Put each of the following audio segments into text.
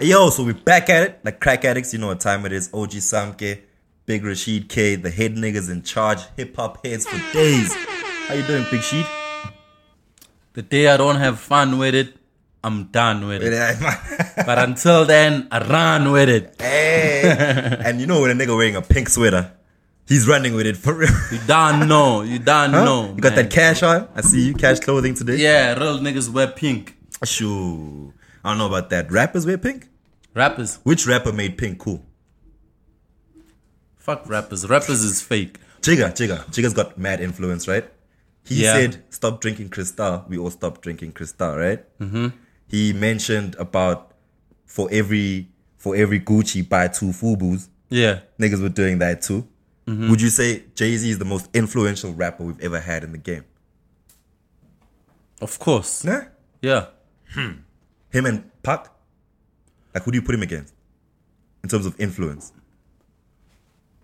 Yo, so we're back at it, like crack addicts. You know what time it is. OG Samke, Big Rashid K, the head niggas in charge, hip hop heads for days. How you doing, Big Sheed? The day I don't have fun with it, I'm done with it. hey, But until then, I run with it. and you know when a nigga wearing a pink sweater, he's running with it for real. You don't know. You don't Huh? know. you got Oh, man. that cash on? I see you cash clothing today. Yeah, real niggas wear pink. Shoo. I don't know about that. Rappers wear pink? Rappers. Which rapper made pink cool? Fuck rappers. Rappers is fake. Jigga, Jigga. Jigga's got mad influence, right? He Yeah. said, stop drinking Cristal. We all stopped drinking Cristal, right? Mm-hmm. He mentioned about for every for every Gucci, buy two Fubus. Yeah. Niggas were doing that too. Would you say Jay-Z is the most influential rapper we've ever had in the game? Of course. Nah? Yeah. Him and Pac? Like, who do you put him against? In terms of influence?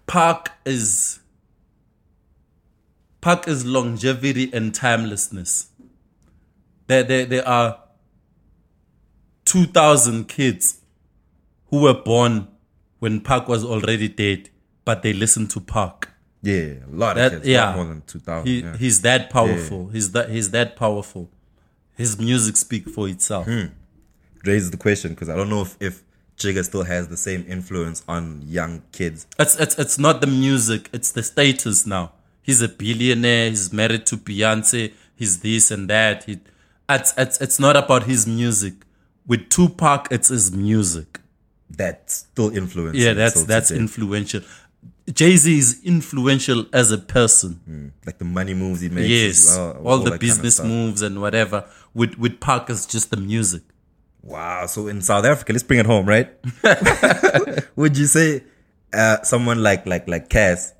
Park is. Park is longevity and timelessness. There, there, there are 2,000 kids who were born when Park was already dead, but they listened to Park. Yeah, a lot That- of kids. yeah. Yeah. More than 2,000. He, yeah. He's that powerful. He's that. He's that powerful. His music speak for itself. raises the question because I don't know if, if Jigga still has the same influence on young kids. It's it's it's not the music. It's the status now. He's a billionaire. He's married to Beyonce. He's this and that. He, it's it's it's not about his music. With Tupac, it's his music. that still influence. Yeah, him that's till that's today. influential. Jay Z is influential as a person. like the money moves he makes. Yes, as well, all, the that kind of business stuff. moves and whatever. With with Park, it's just the music. Wow. So in South Africa, let's bring it home, right? Would you say uh, someone like like like Cass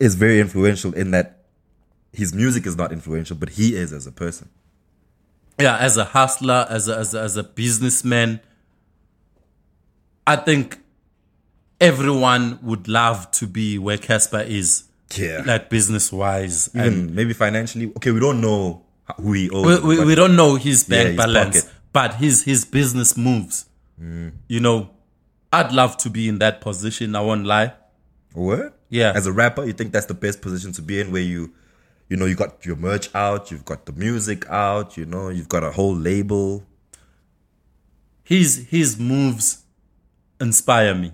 is very influential in that his music is not influential, but he is as a person. yeah, as a hustler, as a, as a, as a businessman, I think everyone would love to be where Casper is, Yeah. like business wise. And Even maybe financially. Okay, we don't know how- who he owes. we, we, but we don't know his bank Yeah, his balance, pocket. Mm. but his his business moves. You know, I'd love to be in that position. I won't lie. What? Yeah. As a rapper, you think that's the best position to be in where you you know you got your merch out, you've got the music out, you know, you've got a whole label. His his moves inspire me.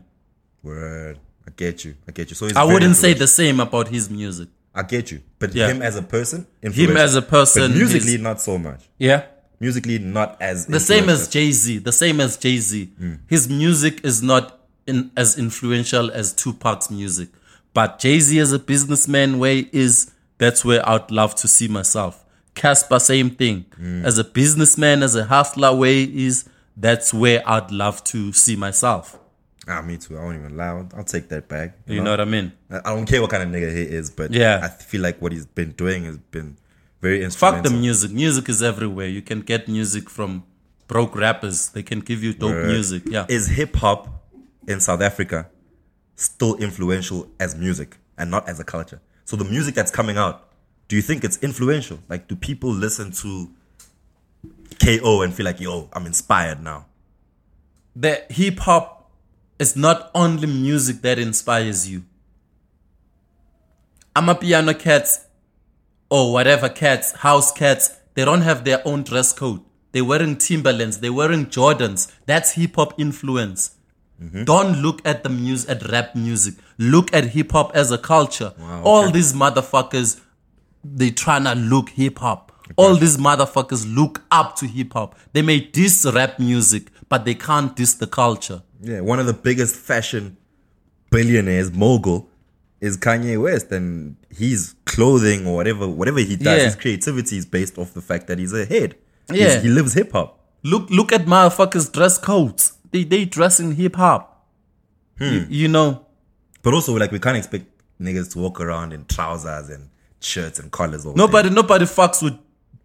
Word. I get you. I get you. So he's I very wouldn't say influential. the same about his music. I get you. But Yeah. him as a person, Him influential. as a person, but musically his- not so much. yeah. Musically not as the same as influential. Jay Z. The same as Jay Z. His music is not in, as influential as Tupac's music, but Jay Z as a businessman, where he is that's where I'd love to see myself. Casper, same thing. As a businessman, as a hustler, where he is that's where I'd love to see myself. Ah, me too. I won't even lie. I'll, I'll take that back. You know what I mean? I I don't care what kind of nigga he is, but Yeah. I feel like what he's been doing has been very Fuck instrumental. the music. Music is everywhere. You can get music from broke rappers. They can give you dope music. Yeah. is hip hop in South Africa still influential as music and not as a culture? So the music that's coming out, do you think it's influential? Like, do people listen to KO and feel like, yo, I'm inspired now? the hip hop is not only music that inspires you. Amapiano cats or whatever cats, house cats, they don't have their own dress code. They're wearing Timberlands, they're wearing Jordans. That's hip hop influence. Don't look at the music at rap music. Look at hip hop as a culture. All these motherfuckers, they trying to look hip hop. All these motherfuckers look up to hip hop. They may diss rap music, but they can't diss the culture. Yeah, one of the biggest fashion billionaires, mogul, is Kanye West, and his clothing or whatever, whatever he does, Yeah. his creativity is based off the fact that he's a head. Yeah. he lives hip hop. Look look at motherfuckers dress codes. They they dress in hip hop. Hmm. You, you know, But also, like, we can't expect niggas to walk around in trousers and shirts and collars. All day. nobody nobody fucks with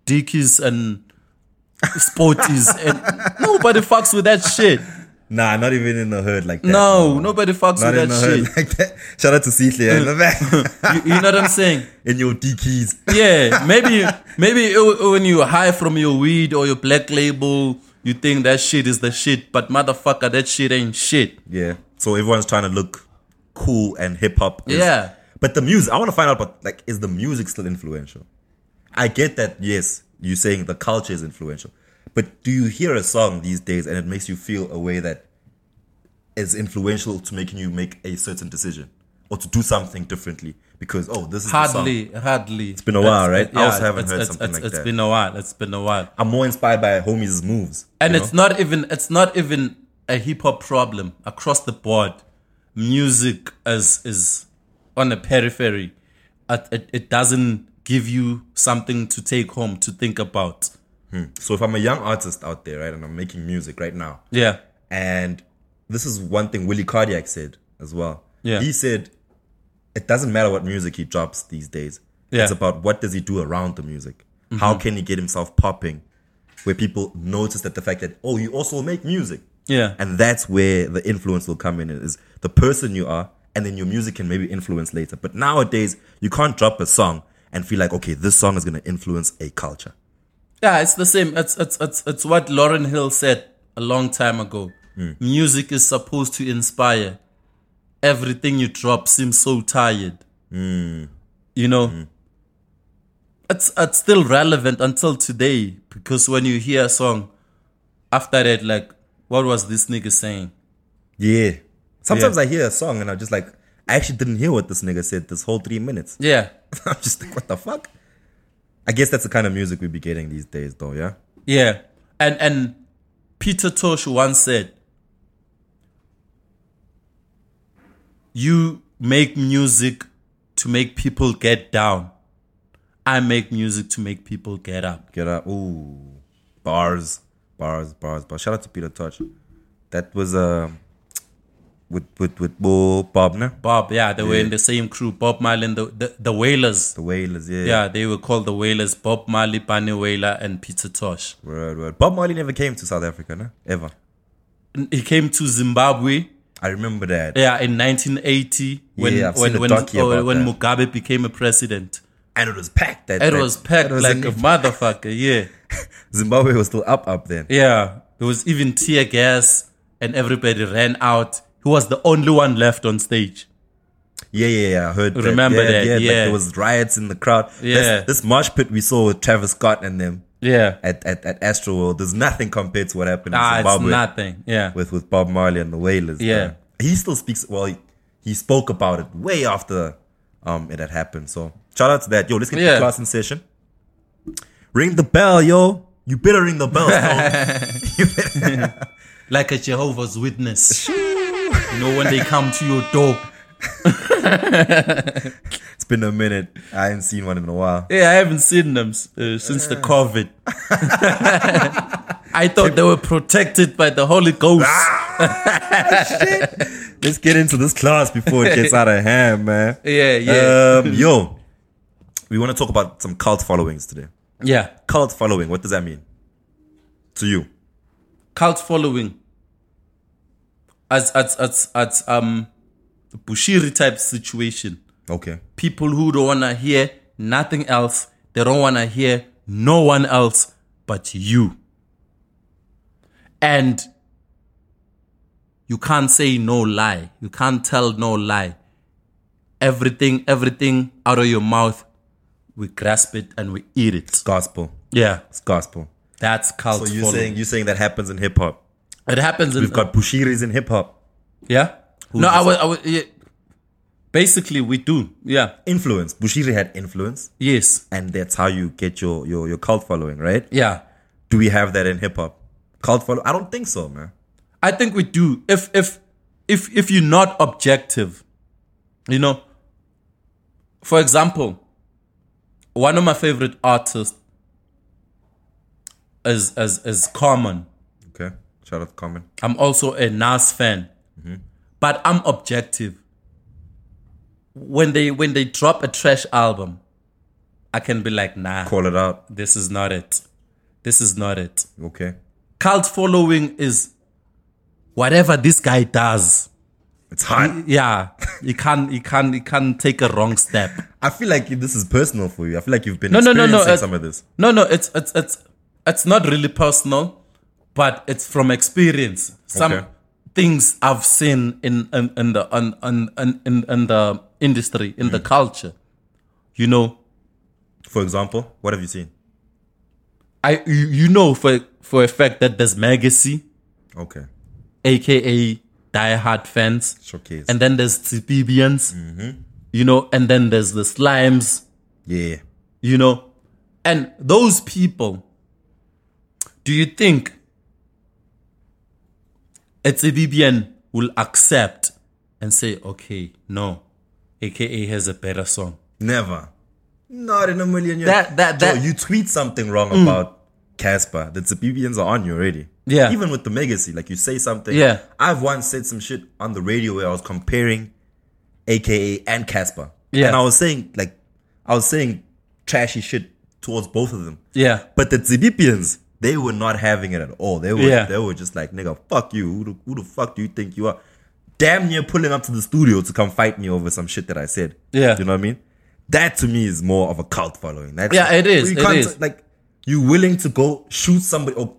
dickies and sporties and nobody fucks with that shit. Nah, not even in the hood like that. No, nobody fucks not in with the that hood shit. like that. Shout out to Celia in the back. you, you know what I'm saying? in your D keys. Yeah, maybe maybe it- when you high from your weed or your black label, You think that shit is the shit, but motherfucker, that shit ain't shit. Yeah. So everyone's trying to look cool and hip hop. is- Yeah. But the music, I want to find out about like, is the music still influential? I get that, yes, you're saying the culture is influential. But do you hear a song these days and it makes you feel a way that is influential to making you make a certain decision or to do something differently? Because, oh, this is the song. Hardly, hardly. It's been a while, right? I also haven't heard something like It's that. been a while. It's been a while. I'm more inspired by homies' moves. and you it's know? not even it's not even a hip hop problem across the board. Music is is on the periphery. It, it, it doesn't give you something to take home to think about. so if I'm a young artist out there, right, and I'm making music right now, Yeah, And this is one thing Willie Cardiac said as well. Yeah. He said it doesn't matter what music he drops these days. Yeah. Mm-hmm. It's about what does he do around the music. How can he get himself popping where people notice that the fact that, oh, you also make music. yeah, And that's where the influence will come in is the person you are and then your music can maybe influence later. But nowadays you can't drop a song and feel like, okay, this song is gonna influence a culture. yeah. It's the same. It's it's it's it's what Lauren Hill said a long time ago. Music is supposed to inspire. Everything you drop seems so tired. You know. it's it's still relevant until today because when you hear a song after that like what was this nigga saying Yeah. Sometimes I hear a song and I'm just like, I actually didn't hear what this nigga said this whole three minutes. yeah I'm just like, what the fuck? I guess that's the kind of music we be getting these days, though, yeah? yeah and and peter tosh once said you make music to make people get down i make music to make people get up Get up. Ooh. Bars. Bars, bars, bars. Shout out to Peter Touch. That was uh, with with with Bo Bobner. bob yeah they were in the same crew bob marley and the the, the wailers The Wailers, yeah. Yeah, they were called the Whalers, Bob Marley, Bunny Whaler, and Peter Tosh. Word, word. Bob Marley never came to South Africa, no? Ever. N- He came to Zimbabwe, I remember that. yeah, in 1980 when Yeah, I've seen when a when, docu or about when that. Mugabe became a president. And it was packed that It night. was packed It was like in- a motherfucker. Yeah, Zimbabwe was still up up then. yeah. There was even tear gas, and everybody ran out. He was the only one left on stage. Yeah, yeah, yeah. I heard. Remember that? that, Yeah, Like yeah. there was riots in the crowd. Yeah. This, this marsh pit we saw with Travis Scott and them Yeah, at at, at Astro World. There's nothing compared to what happened in ah, it's Zimbabwe nothing. Yeah, with with Bob Marley and the Wailers. Yeah. man. He still speaks. Well, he, he spoke about it way after um it had happened. So shout out to that. Yo, let's get Yeah. the class in session. Ring the bell, yo. You better ring the bell. Stone. You better- like a Jehovah's Witness. you know when they come to your door. it's been a minute. I ain't seen one in a while. Yeah, I haven't seen them uh, since the COVID. I thought they were protected by the Holy Ghost. Let's get into this class before it gets out of hand, man. Yeah, yeah. Um, yo, we want to talk about some cult followings today. Yeah, Cult following, what does that mean to you? cult following. As as as as um, the Bushiri type situation. Okay. People who don't wanna hear nothing else. They don't wanna hear no one else but you. And you can't say no lie. You can't tell no lie. Everything, everything out of your mouth, we grasp it and we eat it. It's gospel. Yeah, It's gospel. that's cult So you're following. saying you're saying that happens in hip hop. it happens in We've got Bushiris in hip hop. yeah. No, I was, I was yeah. basically we do. Yeah, Influence. Bushiri had influence, yes, and that's how you get your your, your cult following, right? yeah. Do we have that in hip hop? Cult follow? I don't think so, man. I think we do. If if if if you're not objective, you know. For example, one of my favorite artists is is is Common. Okay. Shout out to Common. I'm also a Nas fan, but I'm objective. When they when they drop a trash album, I can be like, nah, Call it out. this is not it. This is not it. Okay. Cult following is whatever this guy does. It's hot. Yeah, you can't, you can't, you can't take a wrong step. I feel like this is personal for you. I feel like you've been No, uh, no, no, no, experiencing uh, some of this. No, no, it's it's it's it's not really personal. but it's from experience. Some Okay. things I've seen in in, in the on on in, in, in the industry in the culture. You know, For example, what have you seen? I you, you know for for a fact that there's Legacy, Okay, aka Die Hard fans, showcase. and then there's Tibians, you know, and then there's the Slimes. yeah, you know and those people do you think a Tsibibian will accept and say okay no aka has a better song never. Not in a million years. That- that- Joe, that- Mm. you tweet something wrong about Casper. The Zibibians are on you already. Yeah. Even with the Megacy, like you say something. Yeah. I've once said some shit on the radio where I was comparing AKA and Casper. Yeah. And I was saying like I was saying trashy shit towards both of them. yeah But the Zibibians, they were not having it at all. They were Yeah. they were just like, nigga, fuck you. Who the, who the fuck do you think you are? Damn near pulling up to the studio to come fight me over some shit that I said. Yeah. You know what I mean? That to me is more of a cult following. That's Yeah, it is, You it can't is. like you willing to go shoot somebody or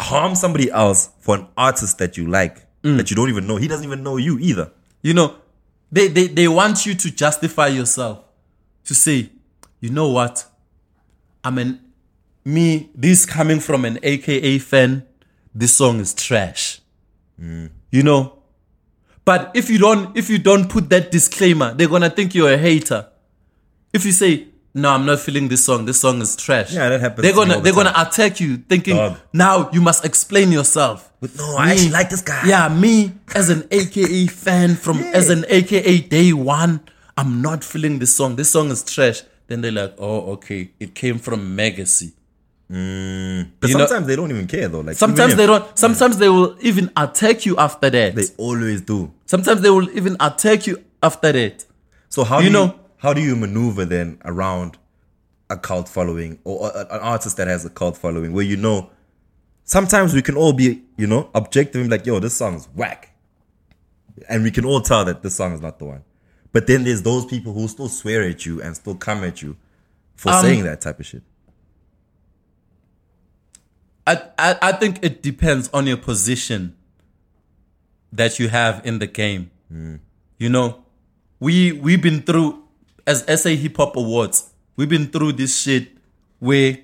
harm somebody else for an artist that you like Mm. that you don't even know. He doesn't even know you either. you know they, they they want you to justify yourself to say you know what i'm an me this coming from an aka fan this song is trash Mm. you know but if you don't if you don't put that disclaimer they're gonna think you're a hater if you say no i'm not feeling this song this song is trash Yeah, that happens they're to me gonna all the they're gonna attack you thinking Dog. now you must explain yourself But no, Oh, I actually like this guy. yeah, me as an AKA fan from as an AKA day one, I'm not feeling this song. This song is trash. Then they're like, oh, okay, it came from Megacy. But You know- sometimes they don't even care though. Like Sometimes even they if- don't. Sometimes they will even attack you after that. They always do. sometimes they will even attack you after that. So how You do you, know- how do you maneuver then around a cult following or a- an artist that has a cult following where you know sometimes we can all be you know objective and be like yo this song is whack and we can all tell that this song is not the one but then there's those people who still swear at you and still come at you for Um, saying that type of shit I, I, I think it depends on your position that you have in the game. You know, we we've been through as SA Hip Hop Awards, we've been through this shit where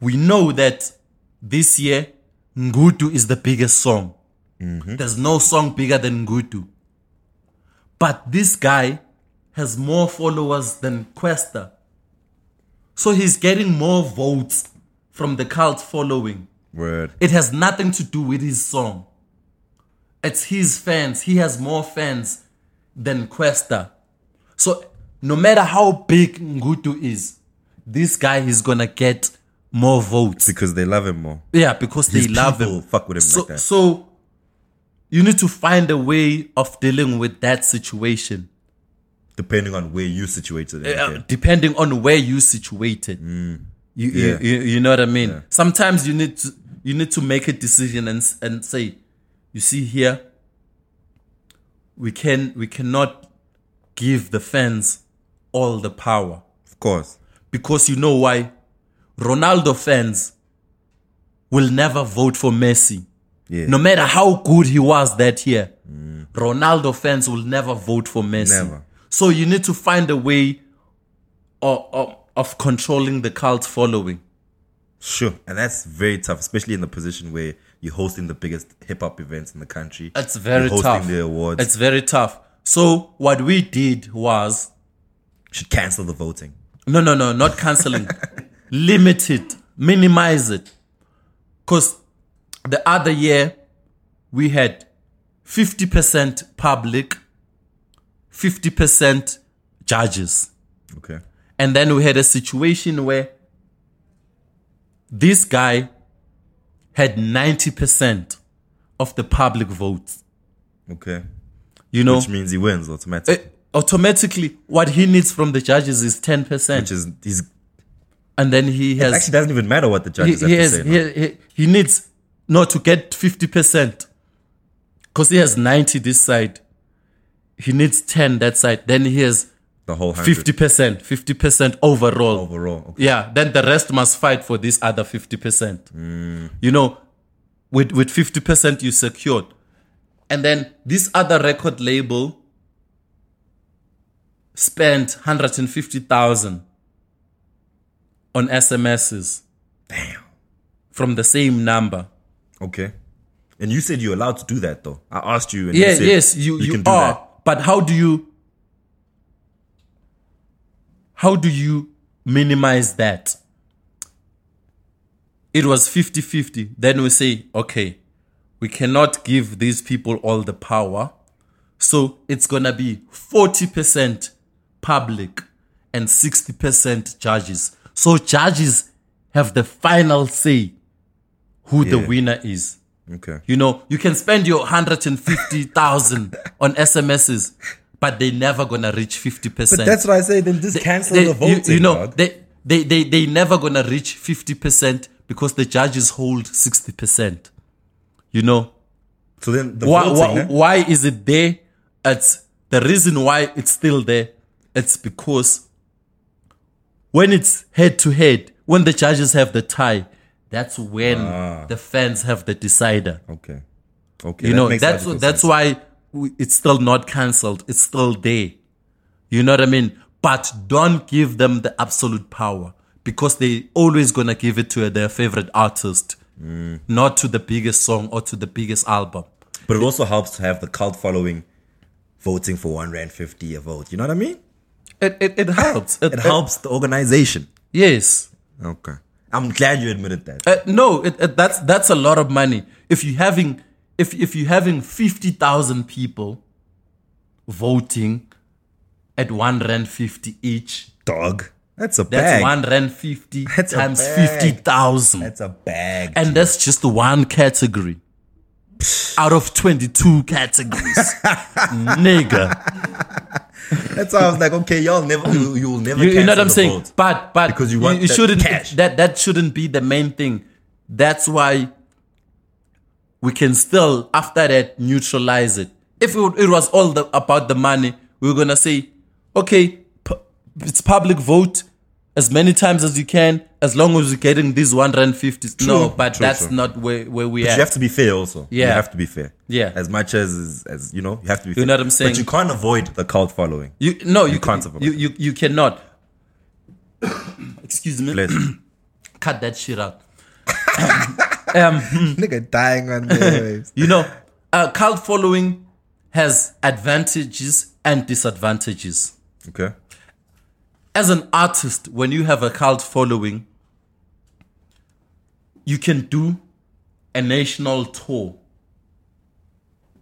we know that this year Ngutu is the biggest song. There's no song bigger than Ngutu. But this guy has more followers than Questa. So he's getting more votes from the cult following. word It has nothing to do with his song. It's his fans. He has more fans than Questa. So no matter how big Ngutu is, this guy is gonna get more votes. because they love him more Yeah, because they His love people him. fuck with him so, like that. So you need to find a way of dealing with that situation. depending on where you situated it Uh, depending on where you situated. You, you- Mm. Yeah. you you know what I mean. Sometimes you need to you need to make a decision and s- and say, you see here, we can we cannot give the fans all the power of course because you know why. Ronaldo fans will never vote for Messi. yeah No matter how good he was that year, Ronaldo fans will never vote for Messi. Never. So you need to find a way of, of, of controlling the cult following. Sure, and that's very tough, especially in the position where you're hosting the biggest hip hop events in the country. It's very you're hosting tough. the awards. It's very tough. So what we did was should cancel the voting. no, no, no, not canceling, limit it, minimize it, because the other year we had fifty percent public, fifty percent judges. Okay. And then we had a situation where this guy had 90% of the public votes. Okay. You know, Which means he wins automatically. Eh, automatically, what he needs from the judges is 10%. which is he's and then he it has, actually doesn't even matter what the he, judges he, have has to say. no? he, he, he needs, no, to get 50%. Because he has 90 this side. He needs 10 that side. Then he has The whole hundred Fifty percent, fifty percent overall. overall. Okay. Yeah, then the rest must fight for this other 50%. Mm. You know, with with 50% you secured. And then this other record label spent 150,000 on SMSs Damn. from the same number. Okay. And you said you're allowed to do that though. I asked you and Yeah, you said yes, you you, can do are. that. But how do you how do you minimize that? It was 50-50. Then we say, okay, we cannot give these people all the power. So it's gonna be 40% public and 60% judges. So judges have the final say who the Yeah. winner is. Okay. You know, you can spend your 150,000 on SMSs, but they never gonna reach 50%. But that's what I say. Then just cancel They- the you- voting. You, know, dog. they, they, they, they never gonna reach 50% because the judges hold 60%. You know, so then the why, voting. why, eh? why is it there? It's the reason why it's still there. It's because when it's head to head, when the judges have the tie, that's when Ah. the fans have the decider Okay. Okay. you that know makes that's logical that's sense. why we- it's still not cancelled it's still there you know what i mean but don't give them the absolute power because they always gonna give it to their favorite artist not to the biggest song or to the biggest album But it also helps to have the cult following voting for one rand fifty a vote. You know what I mean? it, it, it helps it, It helps the organization. yes Okay. I'm glad you admitted that. Uh, no, it, it, that's that's a lot of money. If you having if if you having fifty thousand people voting at one rand fifty each, Dog. That's a bag. that's one rand fifty That's a times bag. fifty thousand, That's a bag. and that's just one category out of twenty two categories, nigga. that's why I was like, okay, y'all never, you, you'll never. You, you cancel know what I'm the saying? vote. But but Because you want it that shouldn't cash. that that shouldn't be the main thing. That's why we can still after that neutralize it. If it, wa- it was all the, about the money, we were gonna say, okay, pu- it's public vote as many times as you can, as long as you're getting these one rand fifties. No, True, but true, that's true. not where where we But are. you have to be fair, also. you Yeah. have to be fair. Yeah. as much as as you know, you have to be. fair. know what I'm saying? But you can't avoid the cult following. You no, you, can't can't. survive. You, you you cannot. Excuse me. Bless. Cut that shit out. Nigga dying on the You know, a cult following has advantages and disadvantages. Okay. As an artist, when you have a cult following, you can do a national tour.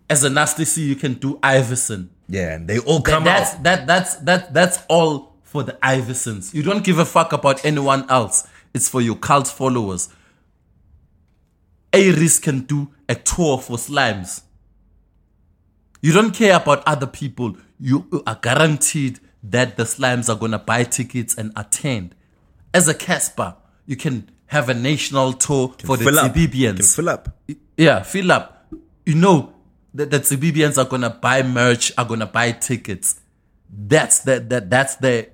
As a nasty C, you can do Iverson. Yeah, and they all Th- come that's out. that that's that that's all for the Iversons. You don't give a fuck about anyone else. It's for your cult followers. Aries can do a tour for slimes. You don't care about other people. You are guaranteed that the slimes are gonna buy tickets and attend. As a Casper, you can have a national tour for the fill up. Can Zibibians. fill up. Yeah, fill up. You know that the Zibibians are gonna buy merch, are gonna buy tickets. That's the that that's the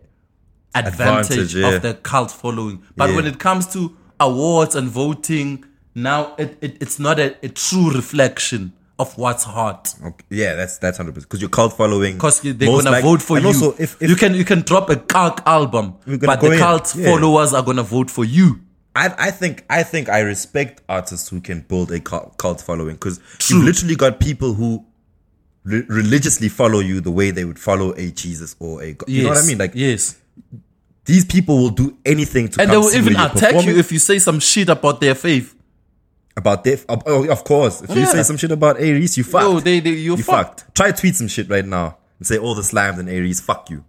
advantage, Advantage, yeah. of the cult following. But Yeah. when it comes to awards and voting, now it, it it's not a, a true reflection of what's hot. Okay. Yeah, that's that's hundred percent. Because your cult following, Because they're most gonna like- vote for and you. also, if, if you can you can drop a cult album, We're gonna but go the in, cult yeah. followers are gonna vote for you. I, I think I think I respect artists who can build a cult, cult following because True. you've literally got people who re- religiously follow you the way they would follow a Jesus or a God. You know what I Yes, mean? Like yes. these people will do anything to And they come will see even where you're attack you performing. if you say some shit about their faith. about their f- oh, of course if you Yeah. say some shit about Aries you fucked Yo, they, they you're you fucked. fucked. Try tweet some shit right now and say all the slimes and Aries fuck you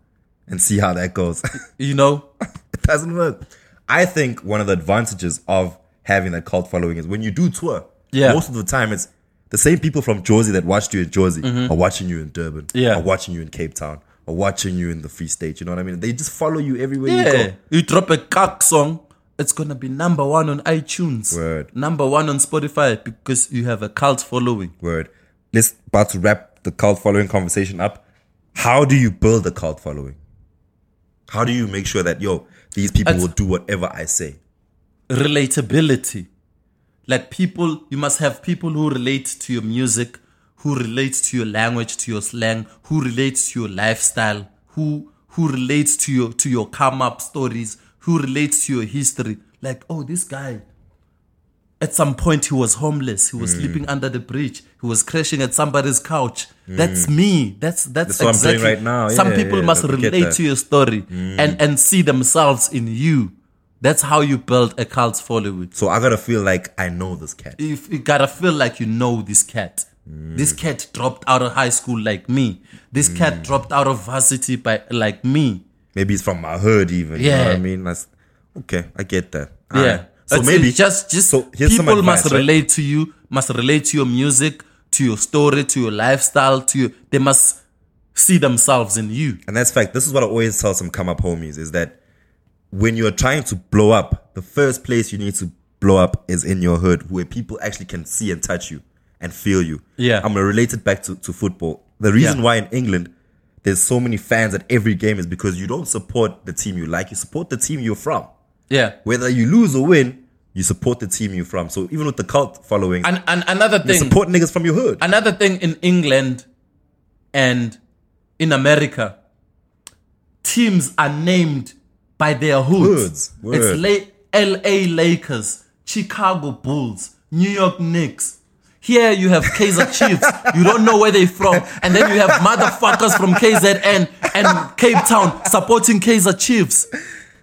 and see how that goes. You know, it doesn't work. I think one of the advantages of having that cult following is when you do tour, Yeah. most of the time it's the same people from Jersey that watched you in Jersey are watching you in Durban, Mm-hmm. Yeah. are watching you in Cape Town, are watching you in the Free State. You know what I mean? They just follow you everywhere you yeah. go. You drop a cock song, it's gonna be number one on iTunes, Word. number one on Spotify because you have a cult following. Word. Let's about to wrap the cult following conversation up. How do you build a cult following? How do you make sure that yo these people That's- will do whatever I say? relatability. Like people, you must have people who relate to your music, who relate to your language, to your slang, who relates to your lifestyle, who who relates to your to your come up stories, who relates to your history. Like, oh, this guy. At some point, he was homeless. He was Hmm. sleeping under the bridge. He was crashing at somebody's couch. That's me. That's that's, Hmm. That's what I'm doing exactly. right now. Some Yeah, people yeah, must I get relate that. Hmm. to your story and and see themselves in you. That's how you build a cult following. So I gotta feel like I know this cat. If you gotta feel like you know this cat. This Mm. cat dropped out of high school like me. This cat dropped out of varsity by like me. Maybe it's from my hood, even. You know Yeah. what I mean? That's okay. I get that. yeah. Alright. So It's- maybe it's just just so here's some people must advice, right? relate to you, must relate to your music, to your story, to your lifestyle, to your, they must see themselves in you. And that's fact. This is what I always tell some come up homies is that when you're trying to blow up, the first place you need to blow up is in your hood where people actually can see and touch you and feel you. Yeah. I'm gonna relate it back to, to football. The reason Yeah. why in England there's so many fans at every game is because you don't support the team you like, you support the team you're from. Yeah. Whether you lose or win, you support the team you're from. So even with the cult following, And and another you thing support niggas from your hood. another thing in England and in America, teams are named by their hoods. Hoods, word. It's La- L.A. Lakers, Chicago Bulls, New York Knicks. Here you have Kaiser Chiefs. You don't know where they're from, and then you have motherfuckers from KZN and Cape Town supporting Kaiser Chiefs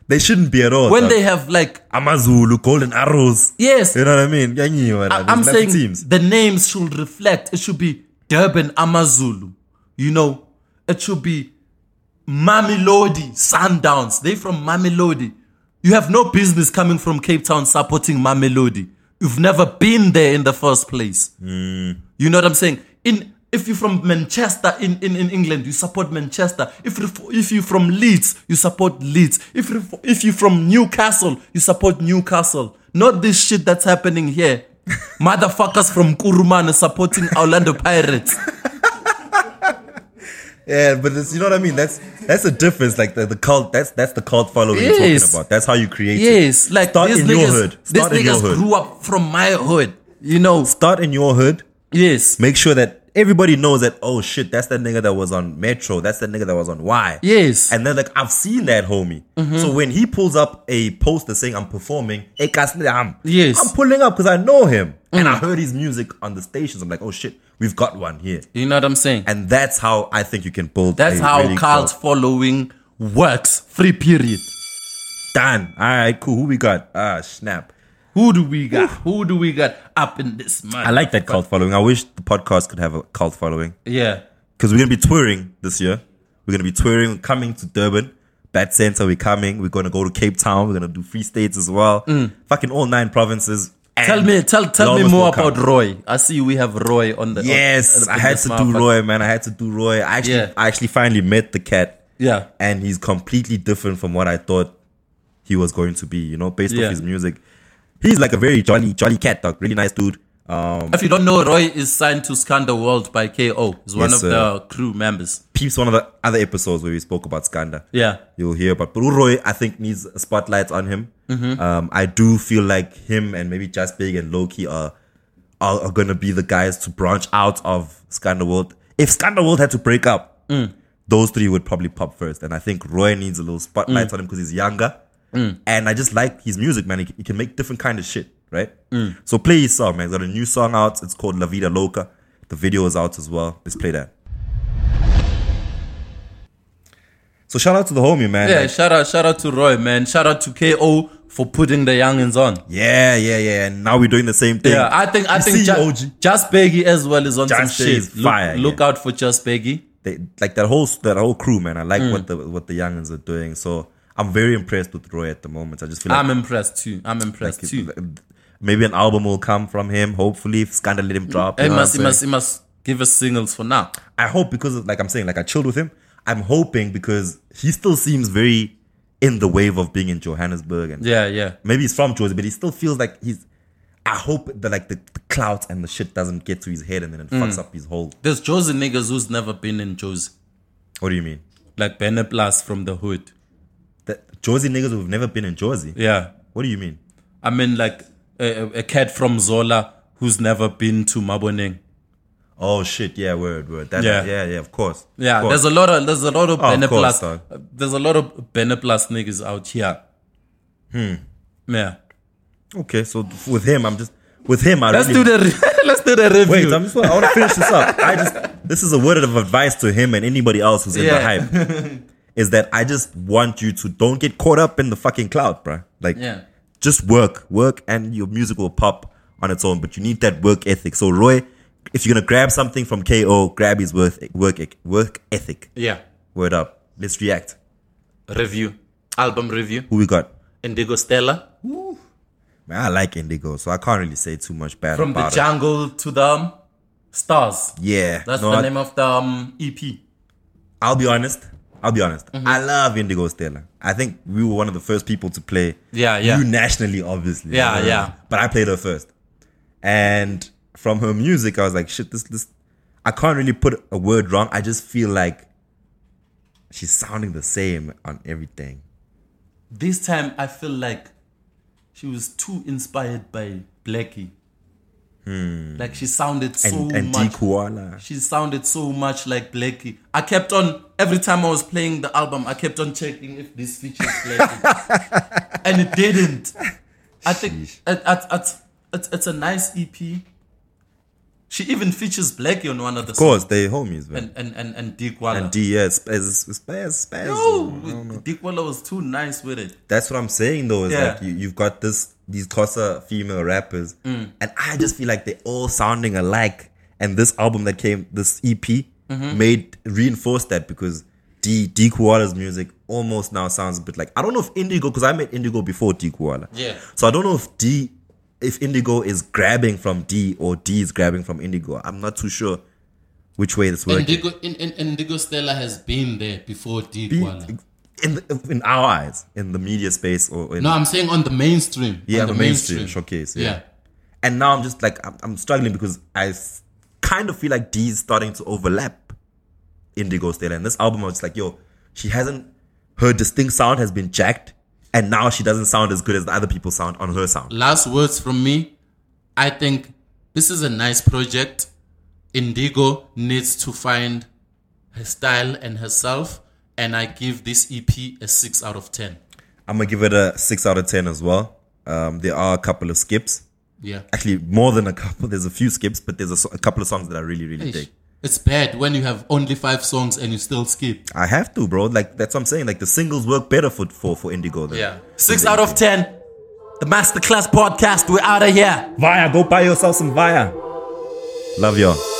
They shouldn't be at all. when dog. they have like Amazulu, Golden Arrows. yes. You know what I mean? Yeah, you know what I mean. I'm There's lots saying of teams. the names should reflect. It should be Durban Amazulu, you know. It should be Mamelodi Sundowns. They from Mamelodi. You have no business coming from Cape Town supporting Mamelodi. You've never been there in the first place. You know what I'm saying? In if you're from Manchester in, in, in England, you support Manchester. If you- if you're from Leeds, you support Leeds. If you- if you're from Newcastle, you support Newcastle. Not this shit that's happening here. Motherfuckers from Kuruman are supporting Orlando Pirates. Yeah, but it's, you know what I mean? That's that's the difference. Like the, the cult. That's that's the cult following you're Yes. talking about. That's how you create it. Yes, like Start these in niggas, your hood. Start these in your niggas hood. grew up from my hood. You know. Start in your hood. Yes. Make sure that everybody knows that. Oh shit, that's that nigga that was on Metro. That's that nigga that was on Y. Yes. Mm-hmm. And then like I've seen that homie. So when he pulls up a poster saying I'm performing, hey, Kasne, I'm Yes. Mm. I'm pulling up because I know him and I heard his music on the stations. I'm like, oh shit, we've got one here. you know what I'm saying? And that's how I think you can build. That's a how really cult cool- following works. Free period. Done. All right, cool. Who we got? Ah, snap. Who do we got? Who do we got up in this month? I like that cult following. I wish the podcast could have a cult following Yeah. because we're gonna be touring this year. We're gonna be touring, coming to Durban, Bat Center. We're coming. We're gonna go to Cape Town. We're gonna do free states as well. Fucking all nine provinces. And Tell me, tell tell me Lomas more will come. about Roy. I see we have Roy on the. on- Yes, in I had this to do motherfucker. Roy, man. I had to do Roy. I actually, Yeah. I actually finally met the cat. Yeah. and he's completely different from what I thought he was going to be. You know, based Yeah. off his music, he's like a very jolly, jolly cat dog. Really nice dude. Um, If you don't know, Roy is signed to Scandal World by KO. He's one Yes, of sir. the crew members. peeps one of the other episodes where we spoke about Skanda. Yeah. You'll hear about but Uroy, I think needs a spotlight on him. Mm-hmm. Um, I do feel like him and maybe Just Big and Loki are, are are gonna be the guys to branch out of Skanda World. If Skanda World had to break up, Mm. those three would probably pop first. And I think Roy needs a little spotlight Mm. on him because he's younger. And I just like his music, man. He, he can make different kind of shit, right? Mm. So play his song, man. He's got a new song out. It's called La Vida Loca. The video is out as well. Let's play that. So shout out to the homie, man. Yeah. Like, Shout out, shout out to Roy, man. Shout out to KO for putting the youngins on. Yeah, yeah, yeah. And now we're doing the same thing. Yeah, I think I We think see you, Ju- OG. Just Beggy as well is on Just some Beggy shit. is fire, look, look out for Just Beggy. They, like that whole that whole crew, man. I like Mm. what the what the youngins are doing. So I'm very impressed with Roy at the moment. I just feel like I'm impressed too. I'm impressed too. maybe an album will come from him. Hopefully, if Scandal let him drop. you He know what must, I'm he saying? must, he must give us singles for now. I hope because of- like I'm saying, like I chilled with him. I'm hoping because he still seems very in the wave of being in Johannesburg and Yeah, yeah. maybe he's from Johannesburg, but he still feels like he's. I hope that like the, the clout and the shit doesn't get to his head and then it Mm. fucks up his whole. There's Josie niggas who's never been in Josie, What do you mean? like Beneplas from the hood. That Jersey niggas who've never been in Jersey. Yeah. What do you mean? I mean, like a, a- a cat from Zola who's never been to Maboneng. Oh shit! Yeah, word, word. That, Yeah. yeah, yeah, yeah. Of course. Yeah, Of course. there's a lot of there's a lot of Oh, of Beneplus. course, dog. there's a lot of Beneplus niggas out here. Hmm. Yeah. okay. So with him, I'm just with him. I Let's really, do the re- let's do the review. Wait, I'm just, I want to finish this up. I just this is a word of advice to him and anybody else who's in Yeah. the hype. Is that I just want you to don't get caught up in the fucking cloud, bruh. Like, Yeah. just work, work, and your music will pop on its own. But you need that work ethic. So Roy, if you're gonna grab something from KO, grab his work work ec- work ethic. yeah. Word up. Let's react. Review. Album review. Who we got? Indigo Stella. Man, I like Indigo, so I can't really say too much bad From the about it. jungle to the um, stars. Yeah, That's no, the I- name of the um, EP. I'll be honest. I'll be honest. Mm-hmm. I love Indigo Stella. I think we were one of the first people to play. Yeah, yeah. You nationally, obviously. Uh, Yeah, yeah. But I played her first, and from her music, I was like, shit, this, this. I can't really put a word wrong. I just feel like she's sounding the same on everything. This time I feel like she was too inspired by Blackie. Like she sounded so Hmm. And and D much. Koala. She sounded so much like Blackie. I kept on every time I was playing the album. I kept on checking if this features Blackie, and it didn't. I think Sheesh. it, it, it, it, it's a nice EP. She even features Blackie on one of the Of course, they homies, man. and and and and Dick Waller. And D, yeah, spaz, spaz, spaz. no, Dick Waller was too nice with it. that's what I'm saying though. Is Yeah. like you, you've got this these Kosa female rappers, Mm. and I just feel like they're all sounding alike. And this album that came, this EP, Mm-hmm. made reinforced that because D D Koala's music almost now sounds a bit like I don't know if Indigo because I met Indigo before D Koala. Yeah. So I don't know if D if Indigo is grabbing from D or D is grabbing from Indigo. I'm not too sure which way this works. Indigo, in, in, Indigo Stella has been there before Dick Waller. In, the, in our eyes, in the media space or in No, I'm saying on the mainstream. Yeah, on the mainstream showcase, yeah. and now I'm just like I'm, I'm struggling because I s- kind of feel like D is starting to overlap Indigo Stella. And this album, I was like, yo, she hasn't her distinct sound has been jacked, and now she doesn't sound as good as the other people sound on her sound. Last words from me. I think this is a nice project. Indigo needs to find her style and herself, and I give this EP a six out of ten. I'm gonna give it a six out of ten as well. Um, there are a couple of skips, Yeah. actually more than a couple. There's a few skips, but there's a, so- a couple of songs that I really, really dig. It's bad when you have only five songs and you still skip. I have to, bro. Like that's what I'm saying. Like the singles work better for for, for Indigo. Than Six out of ten. The Masterclass Podcast, we're out of here. Via, go buy yourself some Via. Love y'all.